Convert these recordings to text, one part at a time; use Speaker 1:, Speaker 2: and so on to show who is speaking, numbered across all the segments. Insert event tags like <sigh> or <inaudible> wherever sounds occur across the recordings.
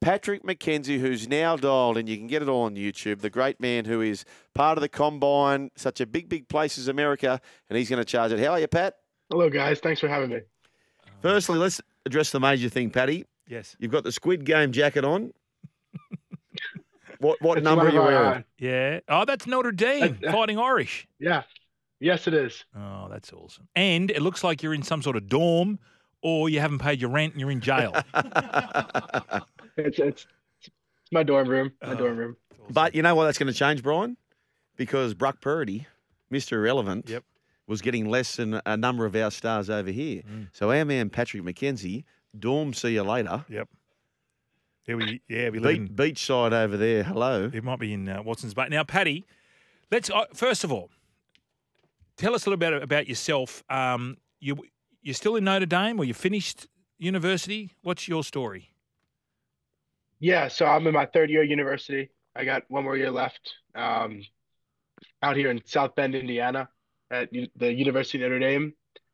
Speaker 1: Patrick McKenzie, who's now dialed in, you can get it all on YouTube. The great man who is part of the combine, such a big, big place as America, and he's going to charge it. How are you, Pat?
Speaker 2: Hello, guys. Thanks for having me.
Speaker 1: Firstly, let's address the major thing, Patty.
Speaker 3: Yes.
Speaker 1: You've got the Squid Game jacket on. what what
Speaker 2: It's
Speaker 1: number
Speaker 2: one
Speaker 1: are
Speaker 2: of
Speaker 1: you
Speaker 2: our- uh,
Speaker 1: wearing?
Speaker 3: Yeah. Oh, that's Notre <laughs> Dame
Speaker 2: That-
Speaker 3: fighting Irish.
Speaker 2: Yeah. Yes, it is.
Speaker 3: Oh, that's awesome. And it looks like you're in some sort of dorm or you haven't paid your rent and you're in <laughs> jail.
Speaker 2: It's it's, it's my dorm room. My
Speaker 3: Oh.
Speaker 2: dorm room.
Speaker 1: but you know what? That's going to change, Brian, because Brock Purdy, Mr. Irrelevant,
Speaker 3: Yep.
Speaker 1: was getting less than a number of our stars over here.
Speaker 2: Mm.
Speaker 1: So our man Patrick McKenzie, dorm, see you later.
Speaker 3: Here we, yeah, we live
Speaker 1: Beach,
Speaker 3: in,
Speaker 1: beachside over there. Hello.
Speaker 3: it might be in uh, Watson's Bay. Now, Paddy, let's, uh, first of all, tell us a little bit about yourself. Um, you, you're still in Notre Dame or you finished university? What's your story?
Speaker 2: Yeah. So I'm in my third year of university. I got one more year left. Um, out here in South Bend, Indiana, at U- the University of Notre Dame,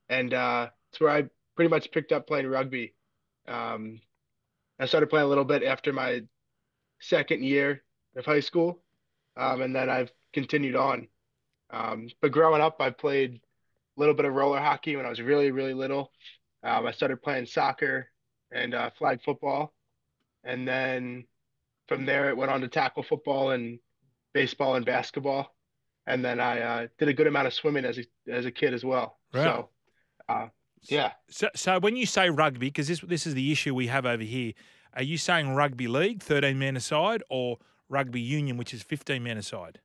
Speaker 2: and uh, it's where I pretty much picked up playing rugby. Um, I started playing a little bit after my second year of high school, um, and then I've continued on. Um, but growing up, I played a little bit of roller hockey when I was really, really little. Um, I started playing soccer and uh, flag football, and then from there it went on to tackle football and baseball and basketball, and then I uh, did a good amount of swimming as a as a kid as well.
Speaker 3: Right.
Speaker 2: So, uh, yeah.
Speaker 3: So, so when you say rugby, because this this is the issue we have over here, are you saying rugby league, thirteen men aside, or rugby union, which is fifteen men aside?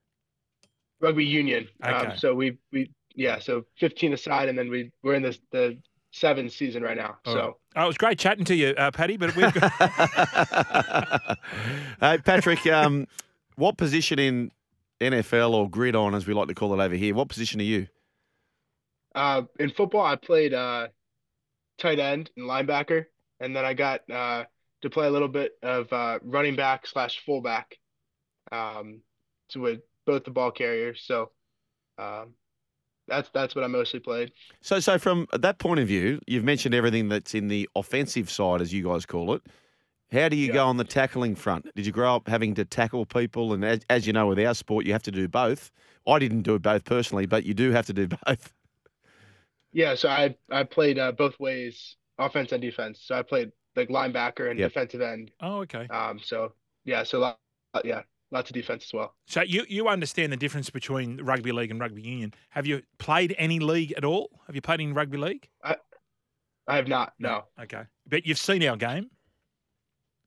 Speaker 2: rugby union.
Speaker 3: Okay.
Speaker 2: Um, so we we yeah, so 15 aside, and then we we're in the the seventh season right now.
Speaker 3: All
Speaker 2: so
Speaker 3: right. Oh, it was great chatting to you, uh, Paddy. But we've got,
Speaker 1: <laughs> hey, Patrick, um, what position in NFL or gridiron, as we like to call it over here, what position are you?
Speaker 2: uh, in football, I played uh, tight end and linebacker, and then I got uh, to play a little bit of uh, running back slash fullback, um, to with both the ball carriers. So um, that's that's what I mostly played.
Speaker 1: So, so from that point of view, you've mentioned everything that's in the offensive side, as you guys call it. How do you go on the tackling front? Did you grow up having to tackle people? And as, as you know, with our sport, you have to do both. I didn't do both personally, but you do have to do <laughs> both.
Speaker 2: Yeah, so I I played uh, both ways, offense and defense. So I played like linebacker and
Speaker 1: Yep.
Speaker 2: defensive end.
Speaker 3: <laughs> oh, okay.
Speaker 2: Um, so yeah, so lot, yeah, lots of defense as well.
Speaker 3: So you you understand the difference between rugby league and rugby union? Have you played any league at all? Have you played in rugby league?
Speaker 2: I have not, no.
Speaker 3: Okay, but you've seen our game.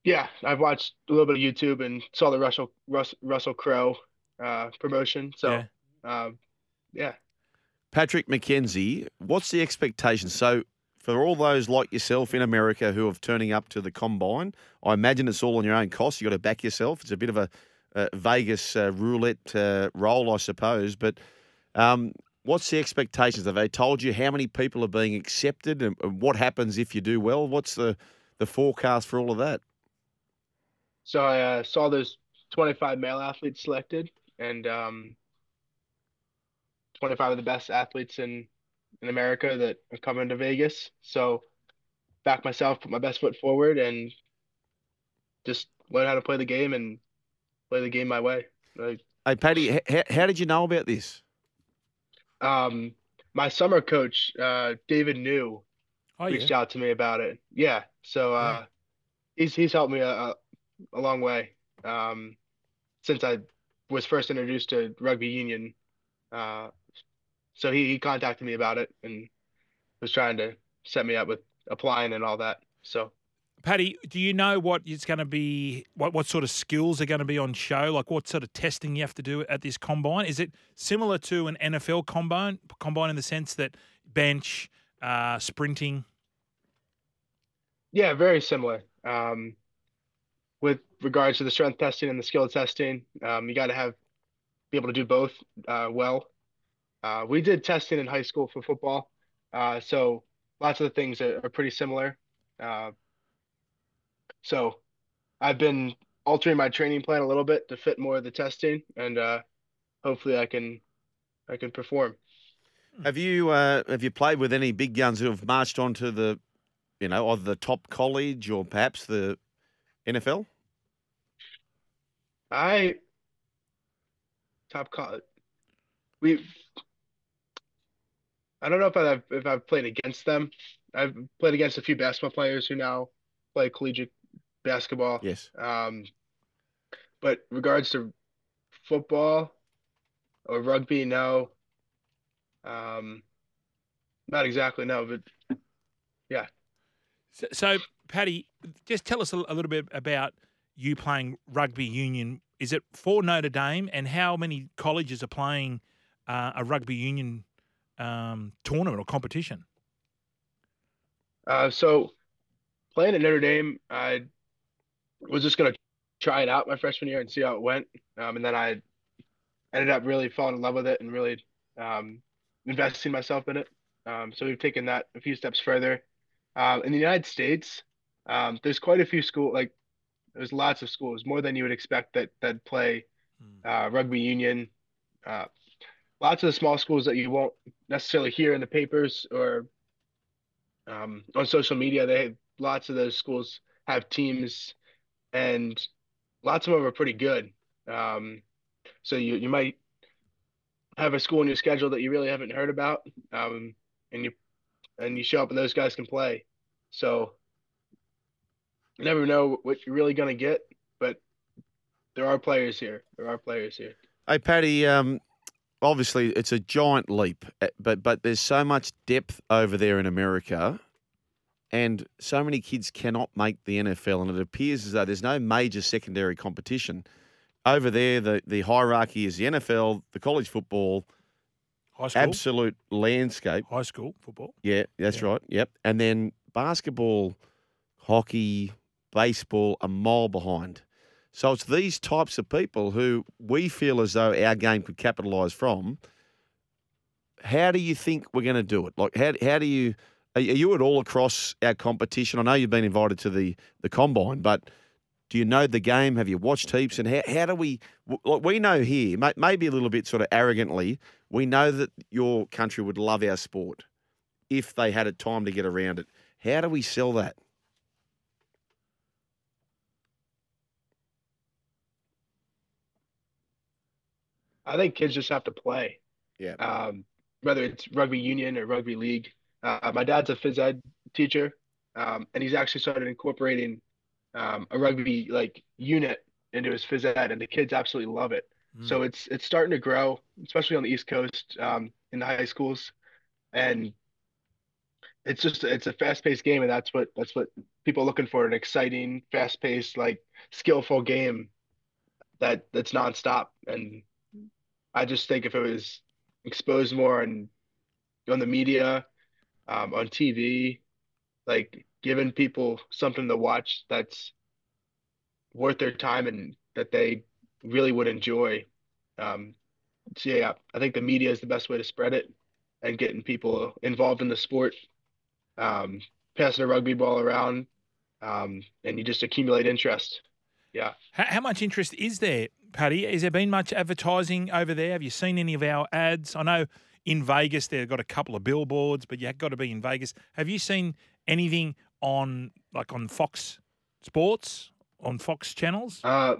Speaker 2: Yeah, I've watched a little bit of YouTube and saw the Russell Russ, Russell Crowe uh, promotion. So, um, yeah,
Speaker 1: Patrick McKenzie, what's the expectation? So, for all those like yourself in America who are turning up to the combine, I imagine it's all on your own cost. You've got to back yourself. It's a bit of a, uh Vegas uh, roulette uh, roll, I suppose. But um, what's the expectations? Have they told you how many people are being accepted and, and what happens if you do well? What's the, the forecast for all of that?
Speaker 2: so I uh, saw there's 25 male athletes selected and um, 25 of the best athletes in in America that are coming to Vegas. So, back myself, put my best foot forward, and just learn how to play the game and play the game my way. Like,
Speaker 1: Hey, Paddy, h- h- how did you know about this?
Speaker 2: um my summer coach uh David New
Speaker 3: Oh
Speaker 2: reached
Speaker 3: yeah.
Speaker 2: out to me about it. Yeah. So uh he's he's helped me a, a, a long way um since I was first introduced to rugby union. Uh, so he, he contacted me about it and was trying to set me up with applying and all that. So
Speaker 3: Paddy, do you know what it's going to be? What what sort of skills are going to be on show? Like what sort of testing you have to do at this combine? Is it similar to an NFL combine? Combine in the sense that bench, uh, sprinting.
Speaker 2: yeah, very similar. Um, with regards to the strength testing and the skill testing, um, you got to have be able to do both uh, well. Uh, we did testing in high school for football, uh, so lots of the things are, are pretty similar. Uh, so I've been altering my training plan a little bit to fit more of the testing, and uh, hopefully I can I can perform.
Speaker 1: Have you uh, have you played with any big guns who have marched on to the, you know, either the top college or perhaps the NFL?
Speaker 2: I top college. We I don't know if I've if I've played against them. I've played against a few basketball players who now play collegiate basketball.
Speaker 1: Yes.
Speaker 2: Um, but regards to football or rugby, no. Um, not exactly, no, but
Speaker 3: So, so Paddy, just tell us a, a little bit about you playing rugby union. Is it for Notre Dame, and how many colleges are playing uh, a rugby union um, tournament or competition?
Speaker 2: Uh, so playing at Notre Dame, I was just gonna try it out my freshman year and see how it went. Um, and then I ended up really falling in love with it and really um, investing myself in it. Um, so we've taken that a few steps further. Um, in the United States, um, there's quite a few school like there's lots of schools, more than you would expect that that play uh, rugby union. Uh, lots of the small schools that you won't necessarily hear in the papers or um, on social media. They lots of those schools have teams, and lots of them are pretty good. Um, so you you might have a school in your schedule that you really haven't heard about, um, and you and you show up and those guys can play. So you never know what you're really gonna get, but there are players here. There are players here.
Speaker 1: Hey, Paddy. Um, obviously, it's a giant leap, eh, but but there's so much depth over there in America, and so many kids cannot make the NFL, and it appears as though there's no major secondary competition over there. The the hierarchy is the NFL, the college football,
Speaker 3: High school,
Speaker 1: absolute landscape.
Speaker 3: high school football.
Speaker 1: Yeah, that's
Speaker 3: Yeah.
Speaker 1: right. Yep. And then basketball, hockey, baseball, a mile behind. So it's these types of people who we feel as though our game could capitalise from. How do you think we're going to do it? Like, how, how do you are, are you at all across our competition? I know you've been invited to the the combine, but do you know the game? Have you watched heaps? And how, how do we w- like we know here may- maybe a little bit sort of arrogantly we know that your country would love our sport if they had a time to get around it. How do we sell that?
Speaker 2: I think kids just have to play.
Speaker 1: Yeah.
Speaker 2: Um, whether it's rugby union or rugby league. Uh, my dad's a phys ed teacher, um, and he's actually started incorporating um, a rugby like unit into his phys ed, and the kids absolutely love it.
Speaker 3: Mm.
Speaker 2: So it's it's starting to grow, especially on the East Coast, um, in the high schools, and it's just it's a fast-paced game, and that's what that's what people are looking for, an exciting, fast-paced, like skillful game that that's nonstop. And I just think if it was exposed more on on the media, um, on TV, like giving people something to watch that's worth their time and that they really would enjoy. Um, so yeah, I think the media is the best way to spread it and getting people involved in the sport, um, passing a rugby ball around, um, and you just accumulate interest. Yeah.
Speaker 3: How, how much interest is there, Paddy? Has there been much advertising over there? Have you seen any of our ads? I know in Vegas they've got a couple of billboards, but you've got to be in Vegas. Have you seen anything on like on Fox Sports, on Fox channels?
Speaker 2: Uh,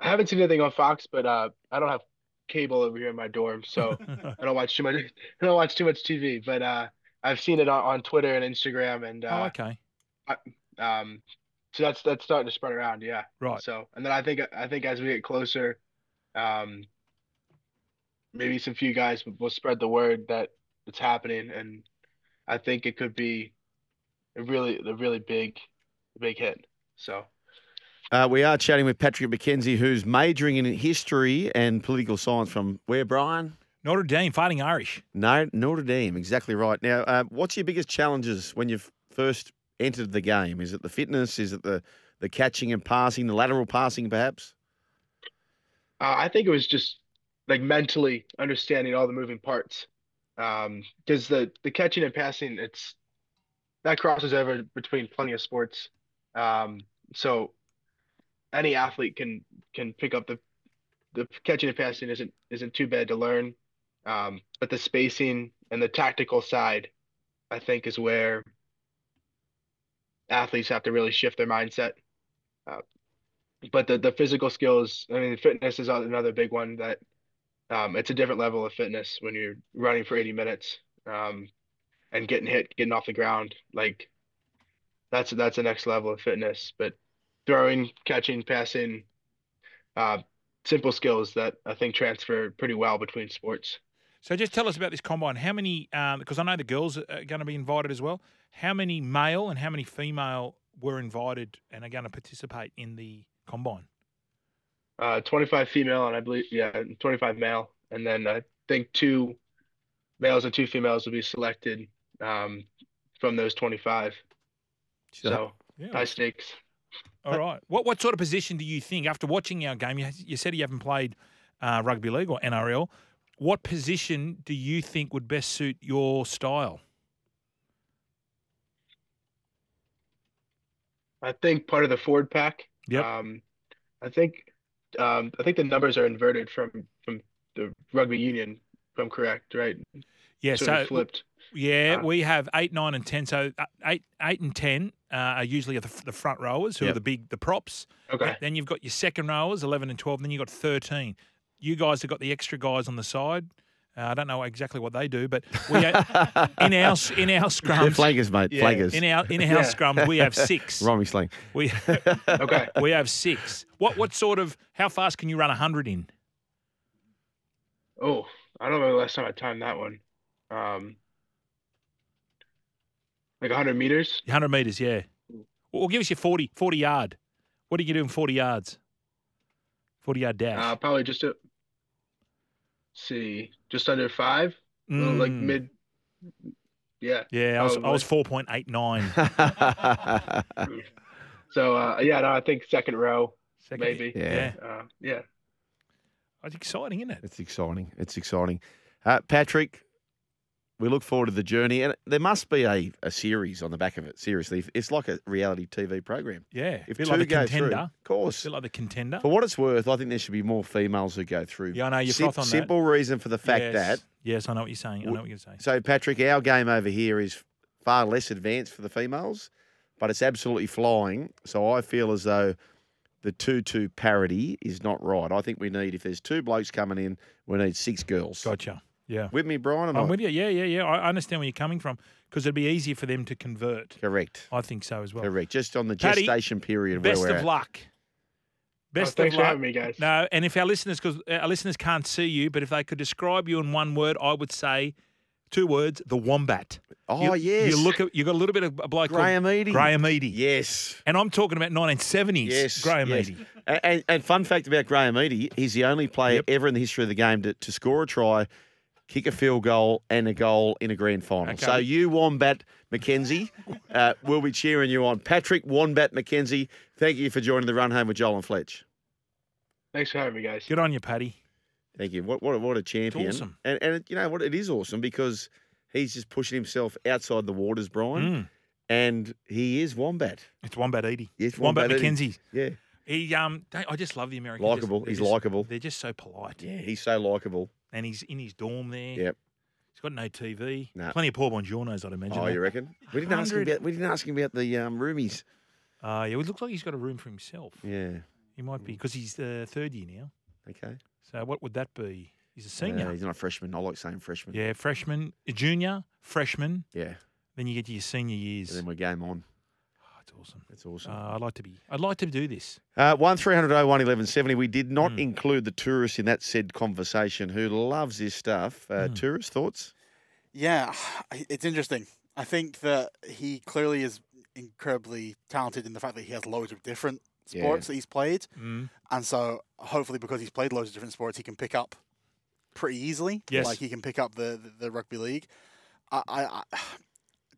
Speaker 2: I haven't seen anything on Fox, but uh, I don't have cable over here in my dorm,
Speaker 3: <laughs>
Speaker 2: so
Speaker 3: Oh,
Speaker 2: I don't watch too much. I don't watch too much TV, but uh, I've seen it on, on Twitter and Instagram, and
Speaker 3: oh,
Speaker 2: uh,
Speaker 3: okay,
Speaker 2: um, so that's that's starting to spread around. Yeah.
Speaker 3: right.
Speaker 2: So, and then I think I think as we get closer, Um, maybe some few guys will spread the word that it's happening, and I think it could be a really a really big big hit. So
Speaker 1: Uh, we are chatting with Patrick McKenzie, who's majoring in history and political science from where, Brian?
Speaker 3: Notre Dame, Fighting Irish.
Speaker 1: No, Notre Dame. Exactly right. Now, uh, what's your biggest challenges when you've first entered the game? Is it the fitness? Is it the, the catching and passing, the lateral passing, perhaps?
Speaker 2: Uh, I think it was just like mentally understanding all the moving parts, Um, 'cause because the the catching and passing, it's that crosses over between plenty of sports. Um, so any athlete can can pick up the the catching and passing isn't isn't too bad to learn. Um, but the spacing and the tactical side, I think, is where athletes have to really shift their mindset but the, the physical skills, I mean, fitness is another big one that um, it's a different level of fitness when you're running for 80 minutes um, and getting hit, getting off the ground. Like that's that's the next level of fitness. But throwing, catching, passing, uh, simple skills that I think transfer pretty well between sports.
Speaker 3: So just tell us about this combine. How many? um, Because I know the girls are going to be invited as well. How many male and how many female were invited and are going to participate in the combine?
Speaker 2: Uh, 25 female and I believe yeah, and 25 male, and then I think two males and two females will be selected um, from those 25. So
Speaker 3: Yeah.
Speaker 2: high stakes.
Speaker 3: All right. What what sort of position do you think after watching our game? You, you said you haven't played uh, rugby league or NRL. What position do you think would best suit your style?
Speaker 2: I think part of the forward pack.
Speaker 3: Yep.
Speaker 2: Um, I think, um, I think the numbers are inverted from from the rugby union. If I'm correct, right?
Speaker 3: Yeah.
Speaker 2: Sort
Speaker 3: so
Speaker 2: of flipped.
Speaker 3: yeah,
Speaker 2: Uh,
Speaker 3: we have eight, nine, and ten. So uh, eight, eight, and ten uh, are usually the, the front rowers who are
Speaker 1: Yep.
Speaker 3: the big the props.
Speaker 2: Okay.
Speaker 3: <laughs> Then you've got your second rowers, 11 and 12. Then you've got 13. You guys have got the extra guys on the side. Uh, I don't know exactly what they do, but <laughs>
Speaker 2: <laughs>
Speaker 3: we ha- in our s- in our
Speaker 1: They're
Speaker 3: scrums,
Speaker 1: flankers, mate.
Speaker 2: Yeah.
Speaker 1: Flankers.
Speaker 3: in our in
Speaker 2: <laughs>
Speaker 3: our
Speaker 2: Yeah.
Speaker 3: scrums, we
Speaker 2: <laughs>
Speaker 3: have six.
Speaker 1: Rhyming slang.
Speaker 3: We
Speaker 1: <laughs>
Speaker 2: Okay. <laughs>
Speaker 3: we have six. What what sort of how fast can you run hundred in?
Speaker 2: Oh, I don't remember the last time I timed that one. Um, like 100 meters.
Speaker 3: Hundred meters, yeah. Well, give us your 40, 40 yard. What do you do in forty yards? Forty yard dash.
Speaker 2: Uh, probably just a. See, just under five. Well, Like
Speaker 3: Mm.
Speaker 2: mid. uh, Yeah.
Speaker 3: Yeah, I was, I
Speaker 2: probably.
Speaker 3: was four point
Speaker 2: <laughs>
Speaker 3: eight nine.
Speaker 1: yeah.
Speaker 2: So uh, yeah, no, I think second row. Maybe.
Speaker 3: Yeah.
Speaker 2: Uh, yeah.
Speaker 3: That's exciting, isn't it?
Speaker 1: It's exciting. It's exciting. Uh, Patrick, we look forward to the journey, and there must be a, a series on the back of it. Seriously, it's like a reality TV program.
Speaker 3: Yeah.
Speaker 1: If
Speaker 3: bit
Speaker 1: two
Speaker 3: like the
Speaker 1: go
Speaker 3: contender.
Speaker 1: through, of course.
Speaker 3: Bit like the contender.
Speaker 1: For what it's worth, I think there should be more females who go through.
Speaker 3: Yeah, I know, you
Speaker 1: Sim-
Speaker 3: froth on that.
Speaker 1: Simple reason for the fact
Speaker 3: yes.
Speaker 1: that.
Speaker 3: Yes, I know what you're saying. I know what you're saying.
Speaker 1: So, Patrick, our game over here is far less advanced for the females, but it's absolutely flying. So I feel as though the two-two parity is not right. I think we need if there's two blokes coming in, we need six girls.
Speaker 3: Gotcha. Yeah.
Speaker 1: With me, Brian, and I.
Speaker 3: I'm with you. Yeah, yeah, yeah. I I understand where you're coming from because it'd be easier for them to convert.
Speaker 1: Correct.
Speaker 3: I think so as well.
Speaker 1: Correct. Just on the
Speaker 3: Paddy,
Speaker 1: gestation period
Speaker 3: Best
Speaker 1: where we're
Speaker 3: of
Speaker 1: at.
Speaker 3: luck.
Speaker 2: Well,
Speaker 3: Best
Speaker 2: Oh, thanks
Speaker 3: of
Speaker 2: for
Speaker 3: luck.
Speaker 2: having me, guys.
Speaker 3: No, and if our listeners, because our listeners can't see you, but if they could describe you in one word, I would say two words: the wombat.
Speaker 1: Oh,
Speaker 3: you,
Speaker 1: yes.
Speaker 3: You look. At, you got a little bit of a bloke
Speaker 1: Graham
Speaker 3: called
Speaker 1: Eady.
Speaker 3: Graham Eady.
Speaker 1: Yes.
Speaker 3: And I'm talking about 1970s.
Speaker 1: Yes.
Speaker 3: Graham
Speaker 1: yes.
Speaker 3: Eady.
Speaker 1: A- And, and fun fact about Graham Eady, he's the only player
Speaker 3: Yep.
Speaker 1: ever in the history of the game to, to score a try, kick a field goal, and a goal in a grand final.
Speaker 3: Okay.
Speaker 1: So you, Wombat McKenzie, uh, we'll be cheering you on. Patrick Wombat McKenzie, thank you for joining the run home with Joel and Fletch.
Speaker 2: Thanks for having me, guys.
Speaker 3: Good on you, Paddy.
Speaker 1: Thank you. What what a, what a champion.
Speaker 3: awesome.
Speaker 1: And and it, you know what? It is awesome because he's just pushing himself outside the waters, Brian,
Speaker 3: Mm.
Speaker 1: and he is Wombat.
Speaker 3: It's Wombat Edie.
Speaker 1: Yes,
Speaker 3: Wombat,
Speaker 1: Wombat Edie.
Speaker 3: McKenzie.
Speaker 1: Yeah,
Speaker 3: He um, they- I just love the Americans.
Speaker 1: Likeable.
Speaker 3: They're
Speaker 1: He's
Speaker 3: just-
Speaker 1: likeable.
Speaker 3: They're just so polite.
Speaker 1: yeah, he's so likable.
Speaker 3: And he's in his dorm there.
Speaker 1: Yep.
Speaker 3: He's got no TV.
Speaker 1: Nah.
Speaker 3: Plenty of poor buongiornos, I'd imagine.
Speaker 1: Oh, you reckon? We didn't ask him
Speaker 3: 100.
Speaker 1: about we didn't ask him about the um, roomies.
Speaker 3: Uh, yeah, it looks like he's got a room for himself.
Speaker 1: Yeah.
Speaker 3: He might
Speaker 1: Mm.
Speaker 3: be because he's uh, third year now.
Speaker 1: Okay.
Speaker 3: So what would that be? He's a
Speaker 1: Uh,
Speaker 3: senior.
Speaker 1: he's not a freshman. I like saying freshman.
Speaker 3: yeah, freshman, junior, freshman.
Speaker 1: Yeah.
Speaker 3: Then you get to your senior years.
Speaker 1: And then we're game on.
Speaker 3: Oh, That's awesome.
Speaker 1: That's awesome.
Speaker 3: Uh, I'd like to be. I'd like to do this.
Speaker 1: Uh, one 1170 We did not
Speaker 3: Hmm.
Speaker 1: include the tourist in that said conversation who loves this stuff.
Speaker 3: Hmm.
Speaker 1: Uh, Tourist thoughts?
Speaker 4: Yeah, <sighs> it's interesting. I think that he clearly is incredibly talented in the fact that he has loads of different
Speaker 1: Yeah.
Speaker 4: sports that he's played.
Speaker 3: Mm.
Speaker 4: And so hopefully because he's played loads of different sports, he can pick up pretty easily.
Speaker 3: Yes.
Speaker 4: Like he can pick up the, the, the rugby league. I, I, <sighs> I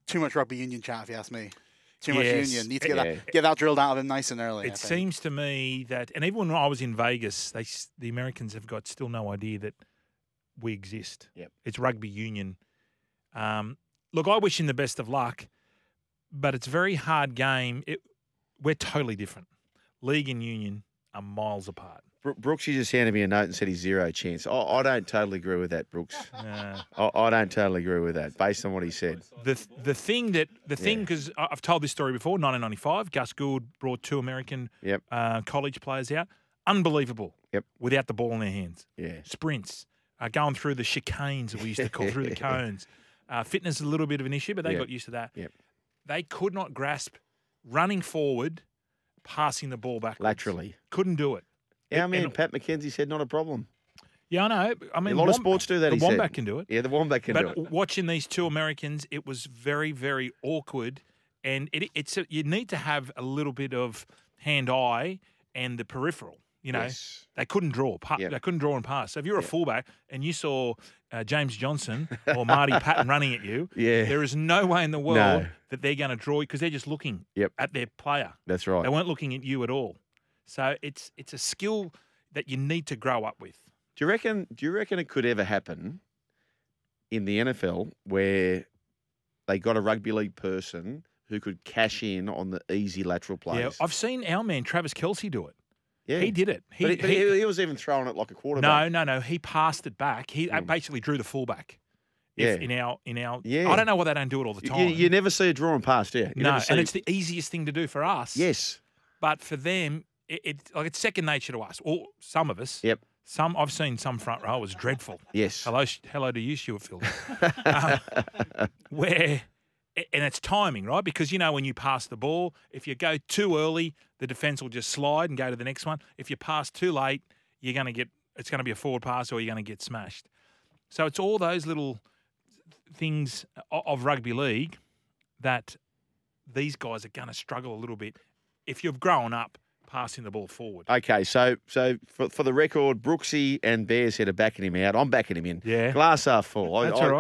Speaker 4: too much rugby union chat if you ask me. Too much
Speaker 3: Yes.
Speaker 4: union. Need to
Speaker 3: It-
Speaker 4: get that get that drilled out of him nice and early. I
Speaker 3: It
Speaker 4: think.
Speaker 3: seems to me that, and even when I was in Vegas, they s- the Americans have got still no idea that we exist.
Speaker 1: Yep.
Speaker 3: It's rugby union. Um, look, I wish him the best of luck, but it's a very hard game. It, we're totally different. League and union are miles apart.
Speaker 1: Bro- Brooks, you just handed me a note and said he's zero chance. I, I don't totally agree with that, Brooks.
Speaker 3: Uh,
Speaker 1: I, I don't totally agree with that based on what he said.
Speaker 3: the th- the thing that the thing because I've told this story before. 1995, Gus Gould brought two American
Speaker 1: Yep.
Speaker 3: uh, college players out. Unbelievable.
Speaker 1: Yep.
Speaker 3: Without the ball in their hands.
Speaker 1: Yeah.
Speaker 3: sprints, uh, going through the chicanes that we used to call
Speaker 1: <laughs>
Speaker 3: through the cones. Uh, fitness is a little bit of an issue, but they
Speaker 1: Yep.
Speaker 3: got used to that.
Speaker 1: Yep.
Speaker 3: They could not grasp running forward, passing the ball back
Speaker 1: Laterally.
Speaker 3: Couldn't do it.
Speaker 1: Yeah, I
Speaker 3: And-
Speaker 1: mean,
Speaker 3: and-
Speaker 1: Pat McKenzie said not a problem.
Speaker 3: Yeah, I know. I mean,
Speaker 1: a lot of
Speaker 3: Womb-
Speaker 1: sports do that.
Speaker 3: The
Speaker 1: he
Speaker 3: Wombat
Speaker 1: said.
Speaker 3: can do it.
Speaker 1: Yeah, the Wombat can
Speaker 3: but
Speaker 1: do it.
Speaker 3: watching these two Americans, it was very, very awkward, and it, it's a, you need to have a little bit of hand eye and the peripheral. You know,
Speaker 1: Yes.
Speaker 3: They couldn't draw. Pa-
Speaker 1: Yep.
Speaker 3: They couldn't draw and pass. So if you're a fullback and you saw uh,
Speaker 1: <laughs>
Speaker 3: James Johnson or Marty Patton running at you,
Speaker 1: Yeah.
Speaker 3: there is no way in the world
Speaker 1: No.
Speaker 3: that they're going to draw because they're just looking
Speaker 1: Yep.
Speaker 3: at their player.
Speaker 1: That's right.
Speaker 3: They weren't looking at you at all. So it's it's a skill that you need to grow up with.
Speaker 1: Do you reckon? Do you reckon it could ever happen in the NFL where they got a rugby league person who could cash in on the easy lateral plays?
Speaker 3: Yeah, I've seen our man Travis Kelsey do it.
Speaker 1: Yeah.
Speaker 3: He did it. He,
Speaker 1: but he, but
Speaker 3: he-
Speaker 1: he- he was even throwing it like a quarterback. Hmm.
Speaker 3: no, no, no. He passed it back. He uh basically drew the fullback. If
Speaker 1: Yeah.
Speaker 3: in our in our,
Speaker 1: Yeah.
Speaker 3: I don't know why they don't do it all the
Speaker 1: You-
Speaker 3: time.
Speaker 1: You, you never see a drawn pass, do you? You
Speaker 3: no,
Speaker 1: never see
Speaker 3: and it's the easiest thing to do for us.
Speaker 1: yes,
Speaker 3: but for them, it, it like it's second nature to us, or some of us.
Speaker 1: Yep.
Speaker 3: Some I've seen some front rowers dreadful.
Speaker 1: yes.
Speaker 3: Hello, sh- hello to you, Stuart Field. Um, where, and it's timing, right? Because you know when you pass the ball, if you go too early, the defense will just slide and go to the next one. If you pass too late, you're going to get it's going to be a forward pass, or you're going to get smashed. So it's all those little things uh, o- of rugby league that these guys are going to struggle a little bit if you've grown up passing the ball forward.
Speaker 1: Okay, so so for, for the record, Brooksy and Bears Bearshead are backing him out. I'm backing him in.
Speaker 3: Yeah.
Speaker 1: Glass half full. I, I-
Speaker 3: That's all right.